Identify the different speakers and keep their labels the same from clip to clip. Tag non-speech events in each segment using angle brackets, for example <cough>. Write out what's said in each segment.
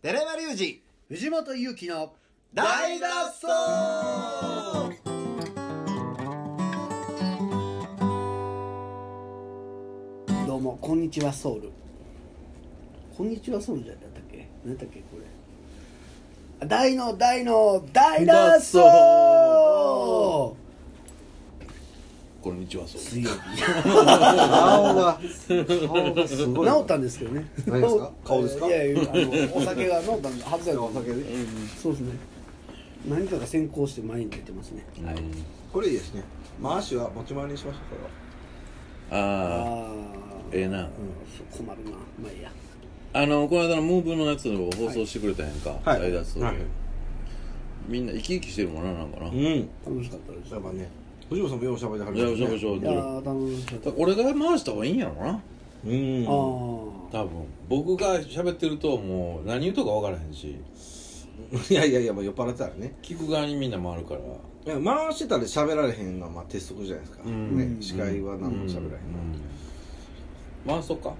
Speaker 1: 寺山隆二
Speaker 2: 藤本勇樹の
Speaker 1: 大脱走
Speaker 2: どうもこんにちはソウルこんにちはソウルじゃなかったっけ何だっけこれあ大の大の大脱走
Speaker 3: 脱こんにちはそう
Speaker 2: 水曜
Speaker 3: 顔が顔がす
Speaker 2: 日
Speaker 3: ごい
Speaker 2: 治ったんですけどね
Speaker 3: 何ですか顔ですか
Speaker 2: いやいやあのお酒が治ったんではずだとお酒でそうですね何かが先行して前に出てますね
Speaker 3: はい
Speaker 4: これいいですね回しは持ち回りにしましょうこ
Speaker 3: ああ
Speaker 2: あー
Speaker 3: ええな
Speaker 2: そう困るなまあいいや
Speaker 3: あのこの間のムーブのやつを放送してくれたやんか
Speaker 4: はい
Speaker 3: 大脱走
Speaker 4: はい
Speaker 3: みんな生き生きしてるもんななんかな
Speaker 4: れはうん
Speaker 2: 楽しかったです
Speaker 4: そういえばね藤本さんもようしゃべりではる
Speaker 3: いやおしょおしょ
Speaker 2: いやー楽しかった
Speaker 3: だから俺が回した方がいいんやろな
Speaker 4: うん
Speaker 2: あ
Speaker 3: 多分僕が喋ってるともう何言うとか分からへんし
Speaker 4: いやいやいやもう酔っ払ってたらね
Speaker 3: 聞く側にみんな回るから
Speaker 4: いや回してたら喋られへんのはまあ鉄則じゃないですか、
Speaker 3: うん
Speaker 4: ね、司会は何も喋らへんの、
Speaker 3: うん回そうか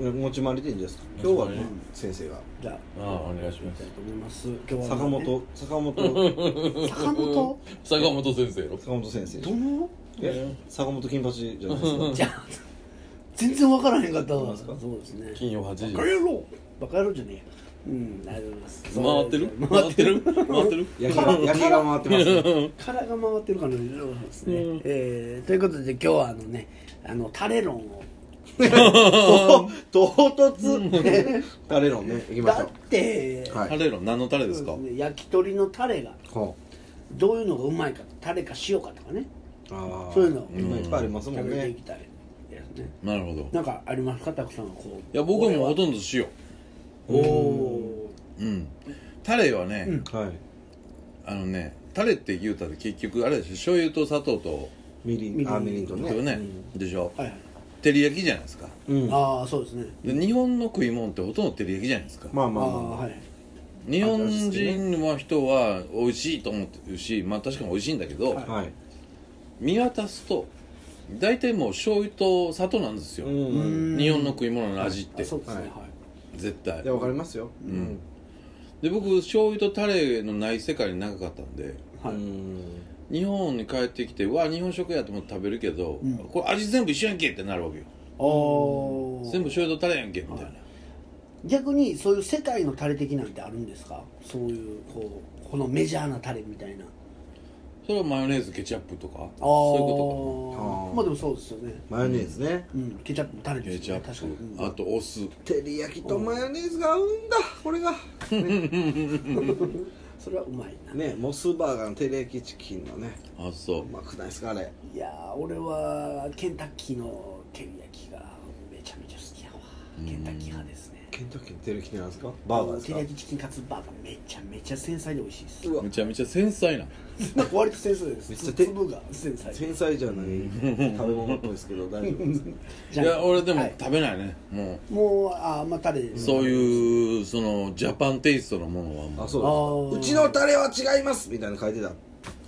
Speaker 4: 持ち回りでいいんじゃないですか今日はね先生が
Speaker 2: じゃあ
Speaker 3: ああお願いし
Speaker 2: 行
Speaker 3: ま
Speaker 2: き
Speaker 3: す
Speaker 2: たいと思います今日は、ね、
Speaker 4: 坂本坂
Speaker 2: <laughs>
Speaker 4: 本
Speaker 2: 坂本
Speaker 3: 坂本先生よ
Speaker 4: 坂本先生
Speaker 2: <laughs> どの
Speaker 4: え坂本金八じゃないです
Speaker 2: <laughs>
Speaker 4: か
Speaker 2: じゃあ全然分からへんかった
Speaker 4: そう
Speaker 2: わ
Speaker 4: ですか
Speaker 2: そうですね
Speaker 3: 金曜8時
Speaker 2: バカ野郎バカ野郎じゃねえやうんありがとうございます
Speaker 3: 回ってる
Speaker 2: 回
Speaker 3: 回
Speaker 2: っ
Speaker 3: ってて
Speaker 2: る
Speaker 3: る回ってる
Speaker 4: 焼きが焼きが回ってますね
Speaker 2: <laughs> 殻が回ってるかのようですね、
Speaker 3: うん
Speaker 2: えーということで今日はあのねあのタレ論を
Speaker 4: 唐 <laughs> 突タレロンね行きまし
Speaker 2: だ
Speaker 4: ょ
Speaker 2: って、
Speaker 4: うは
Speaker 3: タ
Speaker 4: い
Speaker 3: レの何のタレですか
Speaker 2: そうですね焼き鳥のタレが
Speaker 4: ほ
Speaker 2: どういうのがうまいかタレか塩かとかね
Speaker 4: うあー
Speaker 2: そういうの
Speaker 4: んいっぱいありますもん
Speaker 2: 食べてい
Speaker 4: ね
Speaker 2: きたいですね
Speaker 3: なるほど
Speaker 2: なんかありますかたくさんはこ
Speaker 3: い
Speaker 2: う
Speaker 3: や僕はもうほとんど塩
Speaker 2: おお
Speaker 3: うんタレはね、
Speaker 4: はい
Speaker 3: あのねタレって言うたら結局あれでしょ醤油と砂糖と
Speaker 4: みり
Speaker 2: みり
Speaker 4: ん
Speaker 2: ん
Speaker 4: あみりんと
Speaker 3: だ
Speaker 4: ね
Speaker 3: よねでしょ、
Speaker 2: ーはいはい
Speaker 3: 照り焼きじゃないですか
Speaker 4: うんまあ
Speaker 2: ああそうですね
Speaker 3: で日本の食い物ってほとんど照り焼きじゃないですか、
Speaker 4: まあ
Speaker 2: あ
Speaker 4: ま
Speaker 2: あ
Speaker 4: あ
Speaker 2: ー
Speaker 4: まあ
Speaker 2: はい
Speaker 3: 日本人は人は美味しいと思ってるしまあ確かに美味しいんだけど、
Speaker 4: はい
Speaker 3: 見渡すと大体もう醤油と砂糖なんですよ、
Speaker 4: うん
Speaker 3: 日本の食い物の味っ
Speaker 2: あ
Speaker 3: て
Speaker 2: そうですねはい
Speaker 3: 絶対
Speaker 4: いやわかりますようん
Speaker 3: で僕醤油とタレのない世界に長かったんで
Speaker 2: はい
Speaker 4: うん
Speaker 3: 日本に帰ってきてわあ日本食やと思って食べるけど、
Speaker 2: ん
Speaker 3: これ味全部一緒やんけってなるわけよ
Speaker 2: おー
Speaker 3: 全部醤油とタレやんけみたいな
Speaker 2: 逆にそういう世界のタレ的なんてあるんですかそういうこうこのメジャーなタレみたいな
Speaker 3: それはマヨネーズケチャップとか
Speaker 2: あ
Speaker 3: そういうこ
Speaker 2: あ
Speaker 4: あ
Speaker 2: ー
Speaker 4: ー
Speaker 2: まあでもそうですよね
Speaker 4: マヨネーズね
Speaker 2: うんケチャップもタレ
Speaker 3: とか
Speaker 2: で
Speaker 3: ケ
Speaker 2: す
Speaker 3: チ
Speaker 2: よ
Speaker 3: ャ
Speaker 2: ね確かに
Speaker 3: ッ
Speaker 2: うん
Speaker 3: プあとお酢
Speaker 4: 照り焼きとマヨネーズが合うんだこれが
Speaker 2: それはうまいな
Speaker 4: ねモスバーガーの照り焼きチキンのね
Speaker 3: あそう
Speaker 4: うまくないですかあれ
Speaker 2: いやー俺はケンタッキーの照り焼きがめちゃめちゃ好きやわケンタッキー派ですね
Speaker 4: ケンタッキーの照り焼きなんですかバーガ
Speaker 2: 照り
Speaker 4: ーです
Speaker 2: 焼きチキンカツバーガーめちゃめちゃ繊細で美味しいで
Speaker 4: かうわ
Speaker 3: めちゃめちゃ繊細な
Speaker 2: すなんか割と繊細です
Speaker 4: めっちゃ手
Speaker 2: 粒が繊細
Speaker 4: 繊細じゃない食べ物っぽいですけど大丈夫ですか
Speaker 3: いや俺で
Speaker 2: は
Speaker 3: も
Speaker 2: い
Speaker 3: 食べないねも
Speaker 2: もうあーまあタレで
Speaker 3: う
Speaker 2: す
Speaker 3: そういうそのジャパンテイストのものはも
Speaker 4: あ
Speaker 3: う
Speaker 4: そう
Speaker 2: あー
Speaker 4: ですかうちのタレは違いますみたいなの書いてた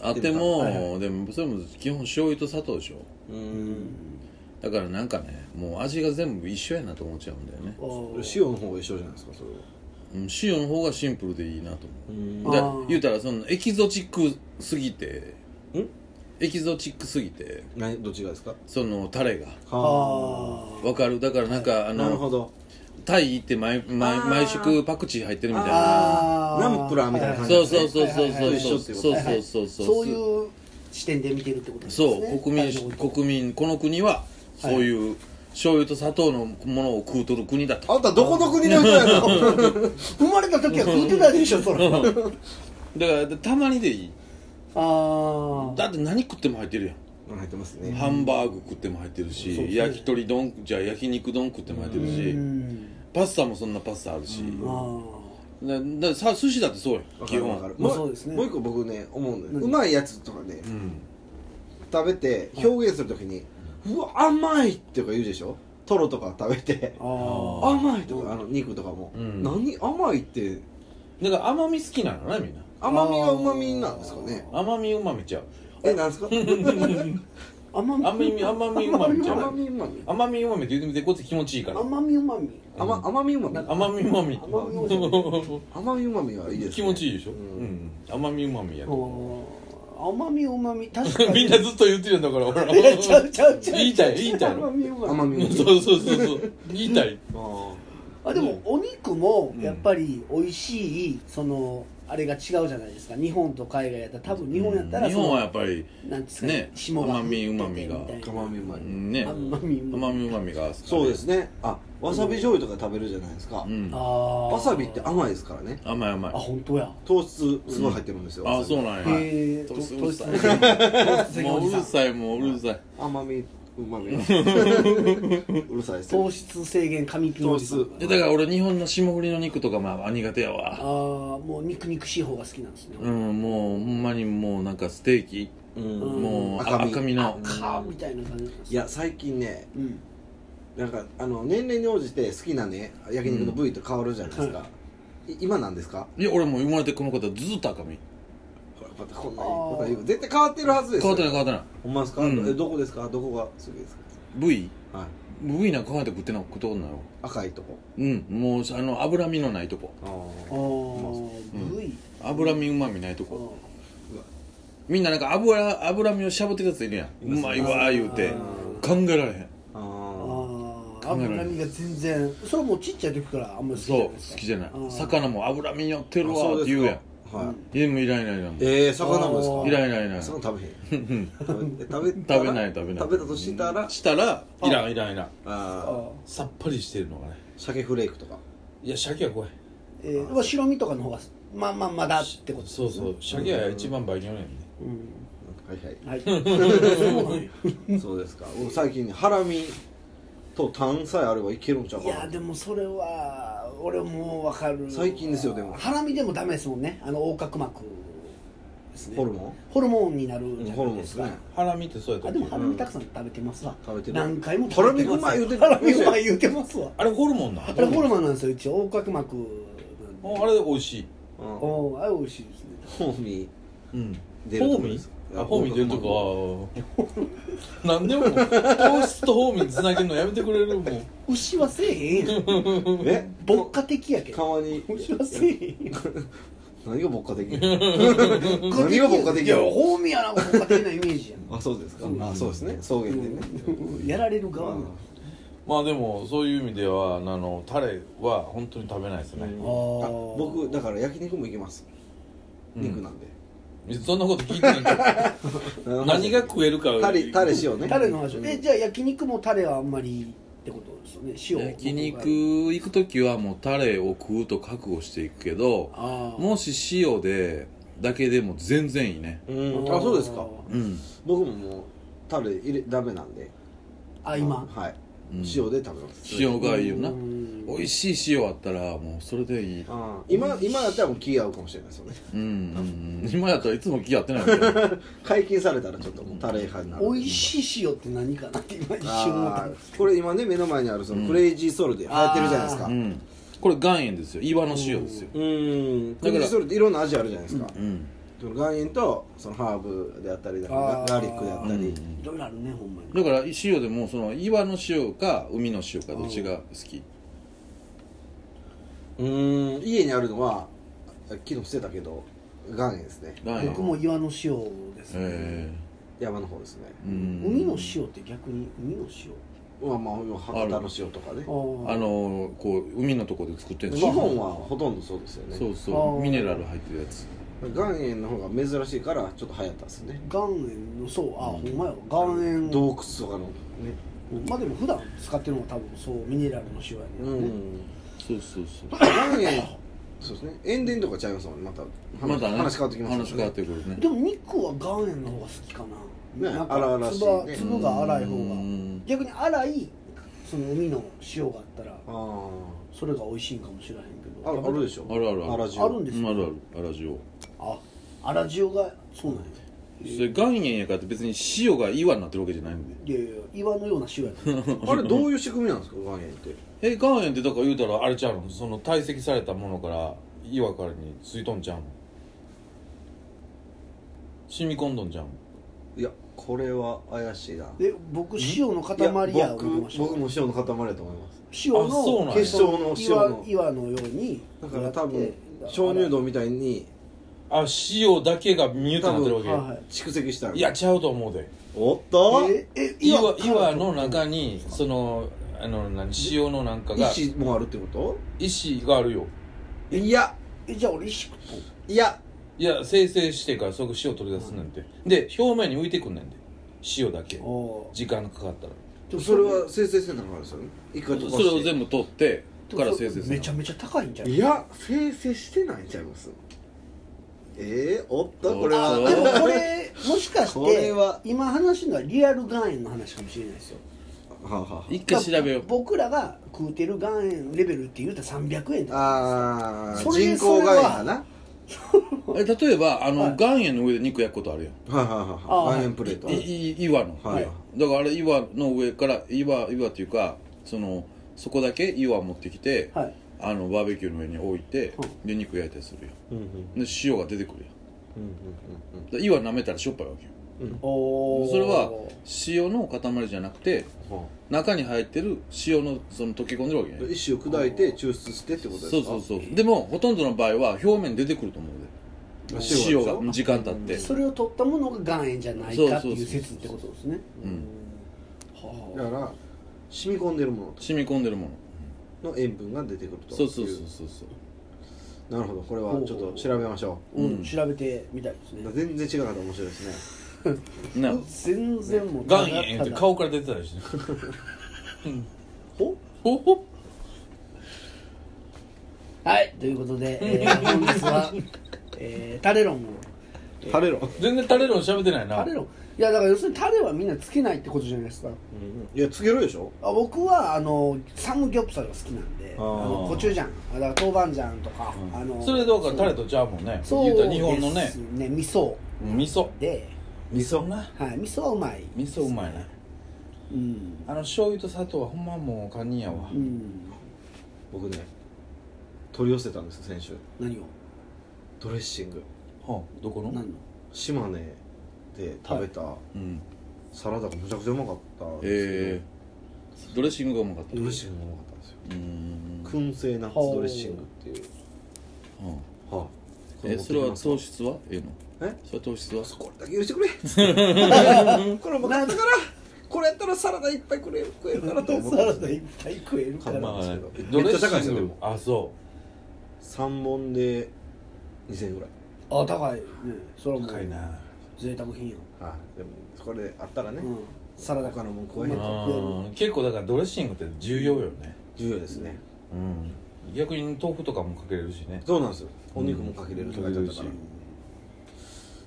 Speaker 3: あってもでもそれも基本醤油と砂糖でしょ
Speaker 4: うん
Speaker 3: だからなんかねもう味が全部一緒やなと思っちゃうんだよね、
Speaker 2: おー
Speaker 4: 塩の方が一緒じゃないですかそれは
Speaker 3: うん、塩の方がシンプルでいいなと
Speaker 4: うん
Speaker 3: 思うだ
Speaker 2: あー
Speaker 3: 言うたらそのエキゾチックすぎて
Speaker 4: ん
Speaker 3: エキゾチックすぎて
Speaker 4: 何どっちがですか
Speaker 3: そのタレが
Speaker 4: は
Speaker 2: あ
Speaker 3: わかるだからなんか、あ
Speaker 4: あなる
Speaker 3: の
Speaker 4: ほど
Speaker 3: タイ行って毎毎
Speaker 4: あー
Speaker 3: 毎食パクチー入ってるみたいな
Speaker 2: あー
Speaker 4: ナンプラーみたいな感じ
Speaker 3: そうそうそうそう
Speaker 2: はいはい
Speaker 3: そ
Speaker 2: は
Speaker 3: うそう
Speaker 2: い
Speaker 4: 一緒ってこ
Speaker 3: そ
Speaker 4: と
Speaker 3: う
Speaker 2: はいはい
Speaker 3: そうそう
Speaker 2: そういう視点で見てるってことですね
Speaker 3: そう国民国民この国はそういう醤油と砂糖のものを食うとる国だと
Speaker 4: あんたどこの国の人やの
Speaker 2: 生まれた時は食うてたでしょそれ
Speaker 3: <laughs>
Speaker 2: あ
Speaker 3: だからたまにでいい
Speaker 2: あ
Speaker 3: だって何食っても入ってるやん
Speaker 4: 入ってますね
Speaker 3: ハンバーグ食っても入ってるし、
Speaker 2: そうそう
Speaker 3: 焼き鳥丼じゃあ焼肉丼食っても入ってるし、
Speaker 2: うん
Speaker 3: パスタもそんなパスタあるし、
Speaker 2: あ
Speaker 3: だ
Speaker 2: ー
Speaker 3: ださ寿司だってそうやん
Speaker 4: わか
Speaker 3: 基
Speaker 4: るわか
Speaker 3: 本
Speaker 4: る
Speaker 2: まあ
Speaker 4: も
Speaker 2: そうですね
Speaker 4: もう一個僕ね思うの
Speaker 2: 何
Speaker 4: ようまいやつとかね
Speaker 3: うん
Speaker 4: 食べて表現するときにうわ甘いっていうか言うでしょトロとか食べて
Speaker 2: あー
Speaker 4: 甘いとかあの肉とかも
Speaker 3: うん
Speaker 4: 何甘いって
Speaker 3: だから甘み好きなのねみんな
Speaker 4: 甘みがうまみなんですかね
Speaker 3: 甘みうまみちゃう
Speaker 4: えなんですか
Speaker 2: 甘み
Speaker 3: 甘
Speaker 2: <laughs>
Speaker 3: み甘みうまみじゃない
Speaker 4: 甘みうまみ
Speaker 3: 甘みうまみって言ってみてこっち気持ちいい
Speaker 2: <laughs>
Speaker 3: から
Speaker 2: 甘みうまみ
Speaker 4: 甘甘みうまみ
Speaker 3: 甘みうまみ
Speaker 2: 甘
Speaker 3: <laughs>
Speaker 2: みう
Speaker 4: 甘みうまみはいいです、ね、
Speaker 3: 気持ちいいでしょ、
Speaker 4: う
Speaker 3: うんん甘みうまみや
Speaker 2: あ
Speaker 3: と
Speaker 2: ー甘みうまみ確か
Speaker 3: <laughs>
Speaker 2: に
Speaker 3: みんなずっと言ってるんだからほら
Speaker 2: え <laughs> ちゃうちゃうちゃう
Speaker 3: 言いたい言いたいの
Speaker 2: 甘みうまみ
Speaker 4: 甘みうま
Speaker 3: <laughs>
Speaker 4: み
Speaker 3: そうそうそうそう言いたい
Speaker 4: あ
Speaker 2: あでもお肉も
Speaker 3: うん
Speaker 2: やっぱり美味しい、そのあれが違うじゃないですか日本と海外やったら多分日本やったら
Speaker 3: 日
Speaker 2: その
Speaker 3: 本はやっぱり
Speaker 2: なんですかね
Speaker 3: ね
Speaker 2: 霜が
Speaker 3: 甘みうまみが
Speaker 2: 降っててみたいな
Speaker 4: 甘みうまみ、
Speaker 3: ね
Speaker 2: 甘みうまみ
Speaker 3: 甘みうまみが
Speaker 4: そうです
Speaker 3: ね
Speaker 4: ねあわさび醤油とか食べるじゃないですか、
Speaker 3: うん
Speaker 2: あー
Speaker 4: わさびって甘いですからね
Speaker 3: 甘い甘い
Speaker 2: あ本当や
Speaker 4: 糖質すごい入ってるんですよ、
Speaker 3: あ
Speaker 4: わさ
Speaker 3: そう
Speaker 4: び
Speaker 3: なんや、
Speaker 2: へえ
Speaker 3: 糖
Speaker 2: 糖
Speaker 3: 質
Speaker 2: 質
Speaker 3: うるさい
Speaker 2: い
Speaker 3: もううるさいもううるさい
Speaker 4: 甘みう
Speaker 3: <laughs>
Speaker 4: まみうるさいですよ
Speaker 2: 糖質制限紙ピンおじさん
Speaker 4: 糖質
Speaker 3: でだから俺日本の霜降りの肉とかまあ苦手や
Speaker 2: あ
Speaker 3: わ
Speaker 2: あもう肉肉しい方が好きなんですね、
Speaker 3: うんもうほんまにもうなんかステーキ、
Speaker 4: うん
Speaker 3: もう
Speaker 4: 赤
Speaker 3: 赤
Speaker 4: 身
Speaker 3: 身の
Speaker 2: かーみたいな感じなんです
Speaker 4: いや最近ね
Speaker 2: うん
Speaker 4: なんかあの年齢に応じて好きなね焼肉の部位と変わるじゃないですか、い今なんですか
Speaker 3: いや俺もう生まれてこの方ずっと赤身
Speaker 4: ほらまたこんなこと言う絶対変わってるはずです
Speaker 3: 変わってない
Speaker 4: い
Speaker 3: 変わってない
Speaker 4: ほんまですか、
Speaker 3: うん
Speaker 4: えどこですかどこがすごいです
Speaker 3: 部位
Speaker 4: かはい
Speaker 3: 部位なんか考えて食ってな食ったことないよ
Speaker 4: 赤いとこ
Speaker 3: うんもうあの脂身のないとこ
Speaker 4: あ
Speaker 2: ああ
Speaker 4: ー
Speaker 3: ん
Speaker 2: 部位
Speaker 3: 脂身うまみないと
Speaker 2: あ
Speaker 3: こみんななんか脂脂身をしゃぶってるやついるやん
Speaker 4: いうます
Speaker 3: まいわー言うて考えられへん
Speaker 4: あ
Speaker 2: あ
Speaker 4: ー
Speaker 2: ー
Speaker 3: 考えられない
Speaker 2: 脂身が全然それはもうちっちゃい時からあんまり好きじゃ
Speaker 3: そう
Speaker 2: ない
Speaker 3: 好
Speaker 2: ですか
Speaker 3: きじゃない
Speaker 2: うん
Speaker 3: 魚も脂身寄ってるわ
Speaker 4: あ
Speaker 3: ー
Speaker 4: そ
Speaker 3: って言うやん
Speaker 4: ですかはい、
Speaker 3: いやでもいらんいらんいらんもう
Speaker 4: えー、魚もですか
Speaker 2: あー
Speaker 3: いらんいらんいらん
Speaker 4: 魚食べ
Speaker 3: <laughs>
Speaker 4: へん
Speaker 3: うん
Speaker 4: 食べ食べたら
Speaker 3: 食べない食べない
Speaker 4: 食べたとしたら
Speaker 3: したらいらんいらんいらん
Speaker 4: あー
Speaker 2: あ
Speaker 3: さっぱりしてるのがね
Speaker 4: 鮭フレークとか
Speaker 3: いや鮭は怖い
Speaker 2: ーえーまあ白身とかの方がまあまあまだってこと
Speaker 3: そうそう鮭は一番倍量やねんね
Speaker 2: うん
Speaker 4: はいはい
Speaker 2: はいそうなんや
Speaker 4: そうで
Speaker 3: <laughs>
Speaker 4: すか僕最近ねハラミとタンさえあればいけるんちゃ
Speaker 2: <laughs>
Speaker 4: う
Speaker 2: い
Speaker 4: かな
Speaker 2: やでもそれは俺もわかる
Speaker 4: 最近ですよでも
Speaker 2: ハラミでもダメですもんねあの横隔膜ですね
Speaker 4: ホルモ
Speaker 2: ホルモンになるじゃ
Speaker 4: ホ
Speaker 2: な
Speaker 4: ル
Speaker 2: い
Speaker 4: モン
Speaker 2: で
Speaker 4: ですす
Speaker 2: か
Speaker 4: ね
Speaker 3: ハラミってそうや
Speaker 2: あ
Speaker 3: っ
Speaker 2: でも
Speaker 3: たっ
Speaker 2: ハ
Speaker 3: け
Speaker 2: ラミたくさん食べてますわ、
Speaker 4: 食べてる
Speaker 2: 何回も食べてます
Speaker 4: ハラミうまい言うてる
Speaker 2: ハラミうまい言うてますわ
Speaker 3: あれホルモンな
Speaker 2: あれホルモンなんですよ一応横隔膜なんで
Speaker 3: あれで美味しい
Speaker 4: うんホ
Speaker 2: おーあれ美味しいですね
Speaker 4: ーミー
Speaker 3: うん
Speaker 4: 出る
Speaker 3: ホ
Speaker 4: と
Speaker 3: ー
Speaker 4: こで
Speaker 3: ミ
Speaker 4: す
Speaker 3: ーあホーミー出るとかなんでも糖質とホーミーつなげるのやめてくれるもう
Speaker 2: 牛はせえへんや
Speaker 4: <laughs>
Speaker 2: ん
Speaker 4: え
Speaker 2: 牧歌的やけ
Speaker 4: た
Speaker 2: ど
Speaker 4: まに
Speaker 2: 牛はせえへんやん
Speaker 4: 何が牧歌的何が牧歌的
Speaker 2: いや
Speaker 4: や
Speaker 2: ホーミーやな牧歌的なイメージやん
Speaker 4: あそうですか
Speaker 2: うん
Speaker 4: あそうですね草原でね
Speaker 2: うんやられる側なの
Speaker 3: まあでもそういう意味ではあのタレは本当に食べないです
Speaker 4: う
Speaker 3: ね
Speaker 4: ん
Speaker 2: ー
Speaker 4: あ僕だから焼肉も行きます
Speaker 3: うん
Speaker 4: 肉なんで
Speaker 3: そんなこと聞いてない <laughs> から何が食えるか
Speaker 4: タレタレ塩ね
Speaker 2: タレの話
Speaker 4: うん
Speaker 2: えじゃあ焼肉もタレはあんまりってことですよね塩
Speaker 3: 焼肉行く時はもうタレを食うと覚悟していくけど
Speaker 2: ああ
Speaker 3: もし塩でだけでも全然いいね
Speaker 4: うんあそうですか
Speaker 3: うん
Speaker 4: 僕ももうタレ入れダメなんで
Speaker 2: あ今
Speaker 4: はい
Speaker 3: うん
Speaker 4: 塩で食べます
Speaker 3: 塩がいいよな
Speaker 2: うん
Speaker 3: 美味しい塩あったらもうそれでいい
Speaker 4: あー今今だったらもう気合うかもしれないですよね <laughs>
Speaker 3: うんうんうん今やったらいつも気合ってないけど
Speaker 4: 解禁されたらちょっともうタレ派になる
Speaker 2: 美味しい塩って何かなって今一瞬思った
Speaker 4: あーこれ今ね目の前にあるそのクレイジーソルで流行ってるじゃないですか
Speaker 3: う
Speaker 4: うん
Speaker 3: これ岩塩ですよ岩の塩ですよ
Speaker 4: ーんク
Speaker 3: だから
Speaker 4: レイジーソルっていろんな味あるじゃないですか
Speaker 3: うん
Speaker 4: その岩塩とそのハーブであったりだと
Speaker 2: あ
Speaker 4: か
Speaker 2: ー
Speaker 4: ガーリックであったり
Speaker 2: いろいろあるねほんまに
Speaker 3: だから塩でもその岩の塩か海の塩かどっちが好き
Speaker 4: うーん家にあるのは昨日捨てたけど岩塩ですね
Speaker 3: 岩
Speaker 2: 僕も岩の塩です
Speaker 3: え
Speaker 2: ね
Speaker 4: 山の方ですね
Speaker 3: えうん
Speaker 2: 海の塩って逆に海の塩
Speaker 4: まあまあ博多の塩とかね
Speaker 2: あ
Speaker 3: あのこう海のとこで作ってるん
Speaker 4: 日本はほとんどそうですよね
Speaker 3: そう
Speaker 2: あ
Speaker 3: そ
Speaker 2: ー
Speaker 3: うミネラル入ってるやつ
Speaker 4: 岩塩の方が珍しいからちょっと流行ったんですね
Speaker 2: 岩塩のそうあほんまや岩塩
Speaker 4: 洞窟とかのね
Speaker 2: まあでも普段使ってるのは多分そうミネラルの塩や
Speaker 4: う
Speaker 2: ね
Speaker 4: ん
Speaker 3: そうそうそう
Speaker 4: 岩塩そうですね塩田とかちゃいますもんねまた
Speaker 3: まだね
Speaker 4: 話変わってきますよね
Speaker 3: 話変わってくるね
Speaker 2: でも肉は岩塩の方が好きかな
Speaker 4: ね
Speaker 2: なん
Speaker 4: 荒
Speaker 2: か
Speaker 4: 々しい
Speaker 2: 粒
Speaker 4: ね
Speaker 2: は粒が粗い方
Speaker 3: う
Speaker 2: が
Speaker 3: ん
Speaker 2: 逆に粗いその海の塩があったら
Speaker 4: あー
Speaker 2: それが美味しいんかもしれへんけど
Speaker 4: ああるでしょ
Speaker 3: あるあるある
Speaker 4: あ
Speaker 2: あるんです
Speaker 3: うん
Speaker 2: か
Speaker 3: あるあるあら塩
Speaker 2: あ粗塩がそうなんや
Speaker 3: それ岩塩やからって別に塩が岩になってるわけじゃないんで
Speaker 2: いやいや岩のような塩やから
Speaker 4: <laughs> あれどういう仕組みなんですか岩塩って
Speaker 3: え岩塩ってだから言うたらあれちゃうのその堆積されたものから岩からについとんちゃうの染み込んどんちゃうの
Speaker 4: いやこれは怪しいな
Speaker 2: で僕塩の塊や
Speaker 4: 僕
Speaker 2: 思ってました
Speaker 4: 僕も塩の塊だと思います
Speaker 2: 塩
Speaker 3: あそうな
Speaker 2: の
Speaker 3: んや
Speaker 4: 結晶の塩
Speaker 2: 岩
Speaker 4: の
Speaker 2: 岩のように
Speaker 4: だから多分鍾乳洞みたいに
Speaker 3: あ塩だけがミュートになってる
Speaker 2: はい
Speaker 3: わ
Speaker 2: はい
Speaker 4: 蓄積した
Speaker 3: けいやちゃうと思うで
Speaker 4: おっと
Speaker 2: ええ
Speaker 3: 岩
Speaker 2: から
Speaker 3: 岩の中にそのあの何塩のなんかが
Speaker 4: 石もあるってこ
Speaker 3: 石があるよ
Speaker 4: といや
Speaker 2: えじゃあ俺石食ったん
Speaker 4: いや
Speaker 3: いや生成してからすぐ塩取り出すなんてで表面に浮いてくんねんで塩だけ
Speaker 2: おー
Speaker 3: 時間かかったら
Speaker 2: でも
Speaker 4: それは生成センターからですよね一回
Speaker 3: それを全
Speaker 4: 部
Speaker 3: 部取って
Speaker 2: でも
Speaker 3: から生成する
Speaker 2: めちゃめちゃ高いんじゃない
Speaker 4: いや生成してないんちゃいますえー、おっとこれ
Speaker 2: あ
Speaker 4: は
Speaker 3: おっ
Speaker 2: でもこれもしか
Speaker 4: こ
Speaker 2: して
Speaker 4: れは
Speaker 2: 今話してるのはリアル岩塩の話かもしれないですよ
Speaker 4: はあは
Speaker 3: 一回調べよう
Speaker 2: 僕らが食うてる岩塩レベルって言うたら300円とか
Speaker 4: ああー
Speaker 2: それ
Speaker 4: 人工外野な
Speaker 3: え例えばあの、
Speaker 2: はい
Speaker 3: 岩塩の上で肉焼くことあるやん
Speaker 4: はい
Speaker 2: あー
Speaker 4: はいはい岩塩プレート
Speaker 3: いい岩の、
Speaker 4: はい
Speaker 3: だからあれ岩の上から岩岩っていうかそのそこだけ岩持ってきて、
Speaker 2: はい
Speaker 3: あのバーベキューの上に置いて、
Speaker 2: う
Speaker 3: で肉焼いたりするよ
Speaker 4: うんうん
Speaker 3: で塩が出てくるやん
Speaker 4: うんうん
Speaker 3: だから岩舐めたらしょっぱいわけよ
Speaker 2: おー
Speaker 3: それは塩の塊じゃなくて
Speaker 4: うんは
Speaker 3: 中に入ってる塩のその溶け込んでるわけ
Speaker 4: あ
Speaker 3: ね
Speaker 4: 石を砕いて抽出してってことです
Speaker 3: そ
Speaker 4: か
Speaker 3: うそうそうでもほとんどの場合は表面出てくると思うで塩
Speaker 4: 塩
Speaker 3: が
Speaker 4: が
Speaker 3: 時間経って
Speaker 2: それを取ったものが岩塩じゃないかっていう説ってことですね
Speaker 3: うん
Speaker 2: は
Speaker 4: だから染み込んでるも
Speaker 3: 染み込んでるもの
Speaker 4: のの塩分が出てくると
Speaker 3: そうそうそうそうそう
Speaker 4: うなるほどこれはちょっと調べましょ
Speaker 2: あうん調べてみたいですね
Speaker 4: う全然違かったら面白いですね
Speaker 3: な
Speaker 2: 全然もう
Speaker 3: 岩塩って顔から出てたりして
Speaker 2: ほ
Speaker 3: ほほ
Speaker 2: はいということで、えー本日は、えー、タレ論を
Speaker 4: 食べろ
Speaker 3: 全然タレ論喋ってないな
Speaker 2: タレ論いやだから要するにタレはみんなつけないってことじゃないですか
Speaker 4: いやつけるでしょ
Speaker 2: あ僕はあのサムギョプサルが好きなんであ
Speaker 4: あー
Speaker 2: のコチュジャンあだから豆板醤とか、あの
Speaker 3: それどうかタレとちゃうもんね
Speaker 2: そう
Speaker 3: 言うたら日本の
Speaker 2: で
Speaker 3: ね
Speaker 2: すね味噌
Speaker 3: 味噌
Speaker 2: で、
Speaker 3: 味噌な
Speaker 2: はい、味噌はうまい
Speaker 3: 味噌うまいな
Speaker 2: うん、
Speaker 3: あの醤油と砂糖はほんまもうカニやわ
Speaker 2: うん、
Speaker 4: 僕ね取り寄せたんです先週
Speaker 2: 何を
Speaker 4: ドレッシング
Speaker 3: はあどこの
Speaker 2: 何の
Speaker 4: 島根で食べた
Speaker 3: うん
Speaker 4: サラダがむちゃくちゃうまかったんです
Speaker 3: え
Speaker 4: よ
Speaker 3: ードレッシングがうまかった
Speaker 4: ドレッシングがうまかったんですよ
Speaker 3: うーん
Speaker 4: 燻製ナッツドレッシングっていう
Speaker 3: はあ
Speaker 4: は
Speaker 3: えそれは
Speaker 4: そう
Speaker 3: 糖質はええの
Speaker 4: え
Speaker 3: それは糖質は
Speaker 4: これだけ許してくれ <laughs> これもかったからこれやったらサラダいっぱいくれ食えるからと思っ
Speaker 2: サ
Speaker 4: たん
Speaker 2: ラ
Speaker 4: です
Speaker 2: ダいっぱい食えるから、
Speaker 4: まあ
Speaker 3: ね
Speaker 4: めっちゃ高
Speaker 3: ド
Speaker 4: いですよ
Speaker 3: レッシング
Speaker 4: でも
Speaker 3: あそ
Speaker 4: 3本で2000円ぐらい
Speaker 2: あ高いねそれは
Speaker 3: う
Speaker 2: もう
Speaker 3: 高いな
Speaker 2: 贅沢品や
Speaker 4: はいでもこれあったらね、
Speaker 2: ん、うん、サラダ
Speaker 4: 他のもん
Speaker 2: う
Speaker 4: 食え
Speaker 2: まい
Speaker 4: へん
Speaker 2: こと
Speaker 4: と
Speaker 2: 食える
Speaker 3: うん結構だからドレッシングって重要よね
Speaker 4: 重要ですね
Speaker 3: うん逆に豆腐とかもかけれるしね
Speaker 4: そうなんですよお肉もかけれるとか言ってたから
Speaker 3: うん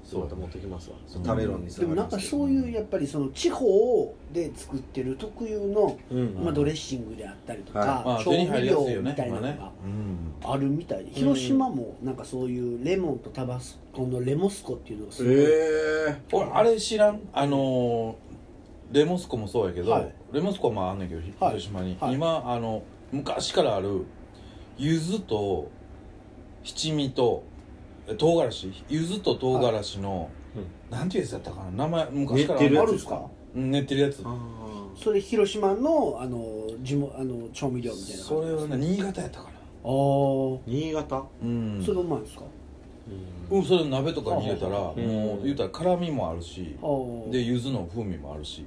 Speaker 4: そうまた持ってきますわ食べ論に
Speaker 2: でもなんかそういうやっぱりその地方で作ってる特有の、
Speaker 4: うん
Speaker 2: まあ、ドレッシングであったりとか、
Speaker 4: はい
Speaker 3: まあ
Speaker 2: 調
Speaker 3: 手に入
Speaker 2: 味
Speaker 3: りやすい
Speaker 2: 料
Speaker 3: よ
Speaker 2: み
Speaker 3: ね
Speaker 2: たいな
Speaker 3: 今
Speaker 2: の
Speaker 3: ね
Speaker 2: が
Speaker 3: うん
Speaker 2: あるみたいで、広島もなんかそういうレモンとタバスコのレモスコっていうのがすごい、
Speaker 4: え
Speaker 3: 俺あれ知らんあのーレモスコもそうやけど、
Speaker 2: はい
Speaker 3: レモスコはまああんねんけどひ
Speaker 2: はい
Speaker 3: 広島に、
Speaker 2: はい
Speaker 3: 今あの昔からある柚子と七味とえ唐辛子柚子と唐辛子の、なんていうやつだったかな名前昔から
Speaker 4: 練ってる
Speaker 2: あ
Speaker 4: や
Speaker 2: る
Speaker 4: つ
Speaker 2: んですか
Speaker 3: うん練ってるやつ
Speaker 4: ー、あ
Speaker 2: それ広島のあの地元あの調味料みたいな
Speaker 3: それはね新潟やったかな
Speaker 2: あー
Speaker 4: 新潟、
Speaker 3: うん
Speaker 2: それがうまいんですか、
Speaker 4: うん
Speaker 3: うん、それ鍋とかに入れたらも
Speaker 4: う
Speaker 3: うん言うたら辛みもあるし
Speaker 2: あー
Speaker 3: で柚子の風味もあるし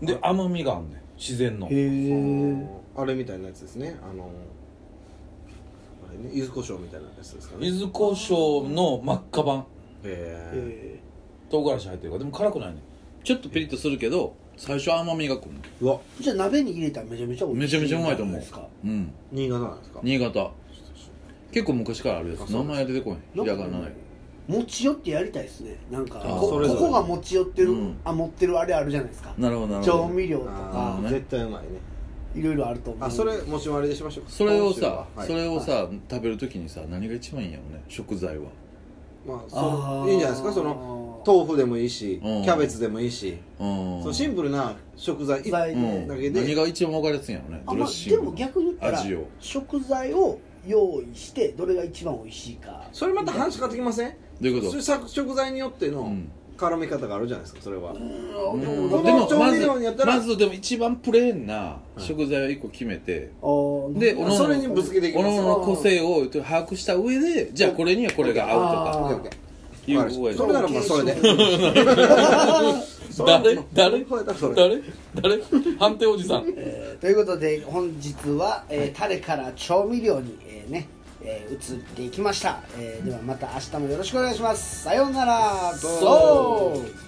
Speaker 3: で甘みがあんねん自然の
Speaker 2: へえ
Speaker 4: あれみたいなやつですねあのあれね柚子胡椒みたいなやつですかね
Speaker 3: 柚子胡椒の真っ赤版
Speaker 4: え
Speaker 3: 唐辛子入ってるからでも辛くないねちょっとピリッとするけど最初は甘みがくる
Speaker 4: ー、うわ
Speaker 2: じゃあ鍋に入れたらめちゃめちゃ美味
Speaker 3: め
Speaker 2: しい
Speaker 3: ちゃめちゃうまいと
Speaker 2: ん
Speaker 3: 思
Speaker 2: で
Speaker 3: う
Speaker 2: すか
Speaker 3: うん
Speaker 4: 新潟なんですか
Speaker 3: 新潟結構昔からあるやつ
Speaker 4: あそう
Speaker 3: 名前出てこへんひらがなない
Speaker 2: 持ち寄ってやりたいですねなんか
Speaker 3: あ
Speaker 2: こ
Speaker 4: それぞ
Speaker 2: こ
Speaker 4: れ
Speaker 2: こが持ち寄ってる、
Speaker 3: うん
Speaker 2: あ持ってるあれあるじゃないですか
Speaker 3: なるほどなる
Speaker 2: 調
Speaker 3: ほど
Speaker 2: 味料と
Speaker 4: あ
Speaker 2: か
Speaker 4: ー
Speaker 3: ね
Speaker 4: 絶対うまいね
Speaker 2: いろいろあると思う
Speaker 4: あそれもしもあれでしましょうか
Speaker 3: それを
Speaker 4: 今週は
Speaker 3: さ
Speaker 4: はい
Speaker 3: それをさ食べるときにさ何が一番いいんやろね食材は
Speaker 4: まあ
Speaker 2: あ
Speaker 4: そ
Speaker 2: ー
Speaker 4: ういいんじゃないですかその豆腐でもいいしキ
Speaker 3: うん
Speaker 4: ャベツでもいいし
Speaker 3: うん
Speaker 4: そのシンプルな食材
Speaker 2: 食材
Speaker 4: 一
Speaker 3: うん
Speaker 4: だけで
Speaker 3: 何が一番分かりやすいんやろね
Speaker 2: あ、
Speaker 3: ドレ
Speaker 2: ま
Speaker 3: ッ
Speaker 2: あ、
Speaker 3: シン
Speaker 2: で
Speaker 3: グ
Speaker 2: も逆に言ったら
Speaker 3: 味を
Speaker 2: 食材を用意してどれが一番美味しいか
Speaker 4: それまた話変わってきません
Speaker 3: どういうこと
Speaker 4: それさ食材によって
Speaker 3: う
Speaker 4: の
Speaker 3: ん
Speaker 4: 考絡み方があるじゃないですかそれは
Speaker 2: うん
Speaker 4: でも調
Speaker 3: ま
Speaker 4: 味
Speaker 3: ず
Speaker 4: 料にやったら
Speaker 3: まずでも一番プレーンな食材を一個決めて、
Speaker 2: お
Speaker 3: でおの
Speaker 4: それにぶつけていき
Speaker 3: お
Speaker 4: ま
Speaker 3: の
Speaker 4: す
Speaker 3: お
Speaker 4: よ
Speaker 3: の個性を把握した上でじゃあこれにはこれが合うと
Speaker 2: あ
Speaker 3: か
Speaker 4: オッケーオッケー
Speaker 3: いう
Speaker 4: わかりましたそれならまあそれでそ
Speaker 3: <laughs>
Speaker 4: れ
Speaker 3: 誰誰
Speaker 4: それだそれ
Speaker 3: 誰誰判定おじさん
Speaker 2: えーということで本日は、えータレから調味料に、えーね、えー移っていきました、えーではまた明日もよろしくお願いしますさようなら
Speaker 4: そう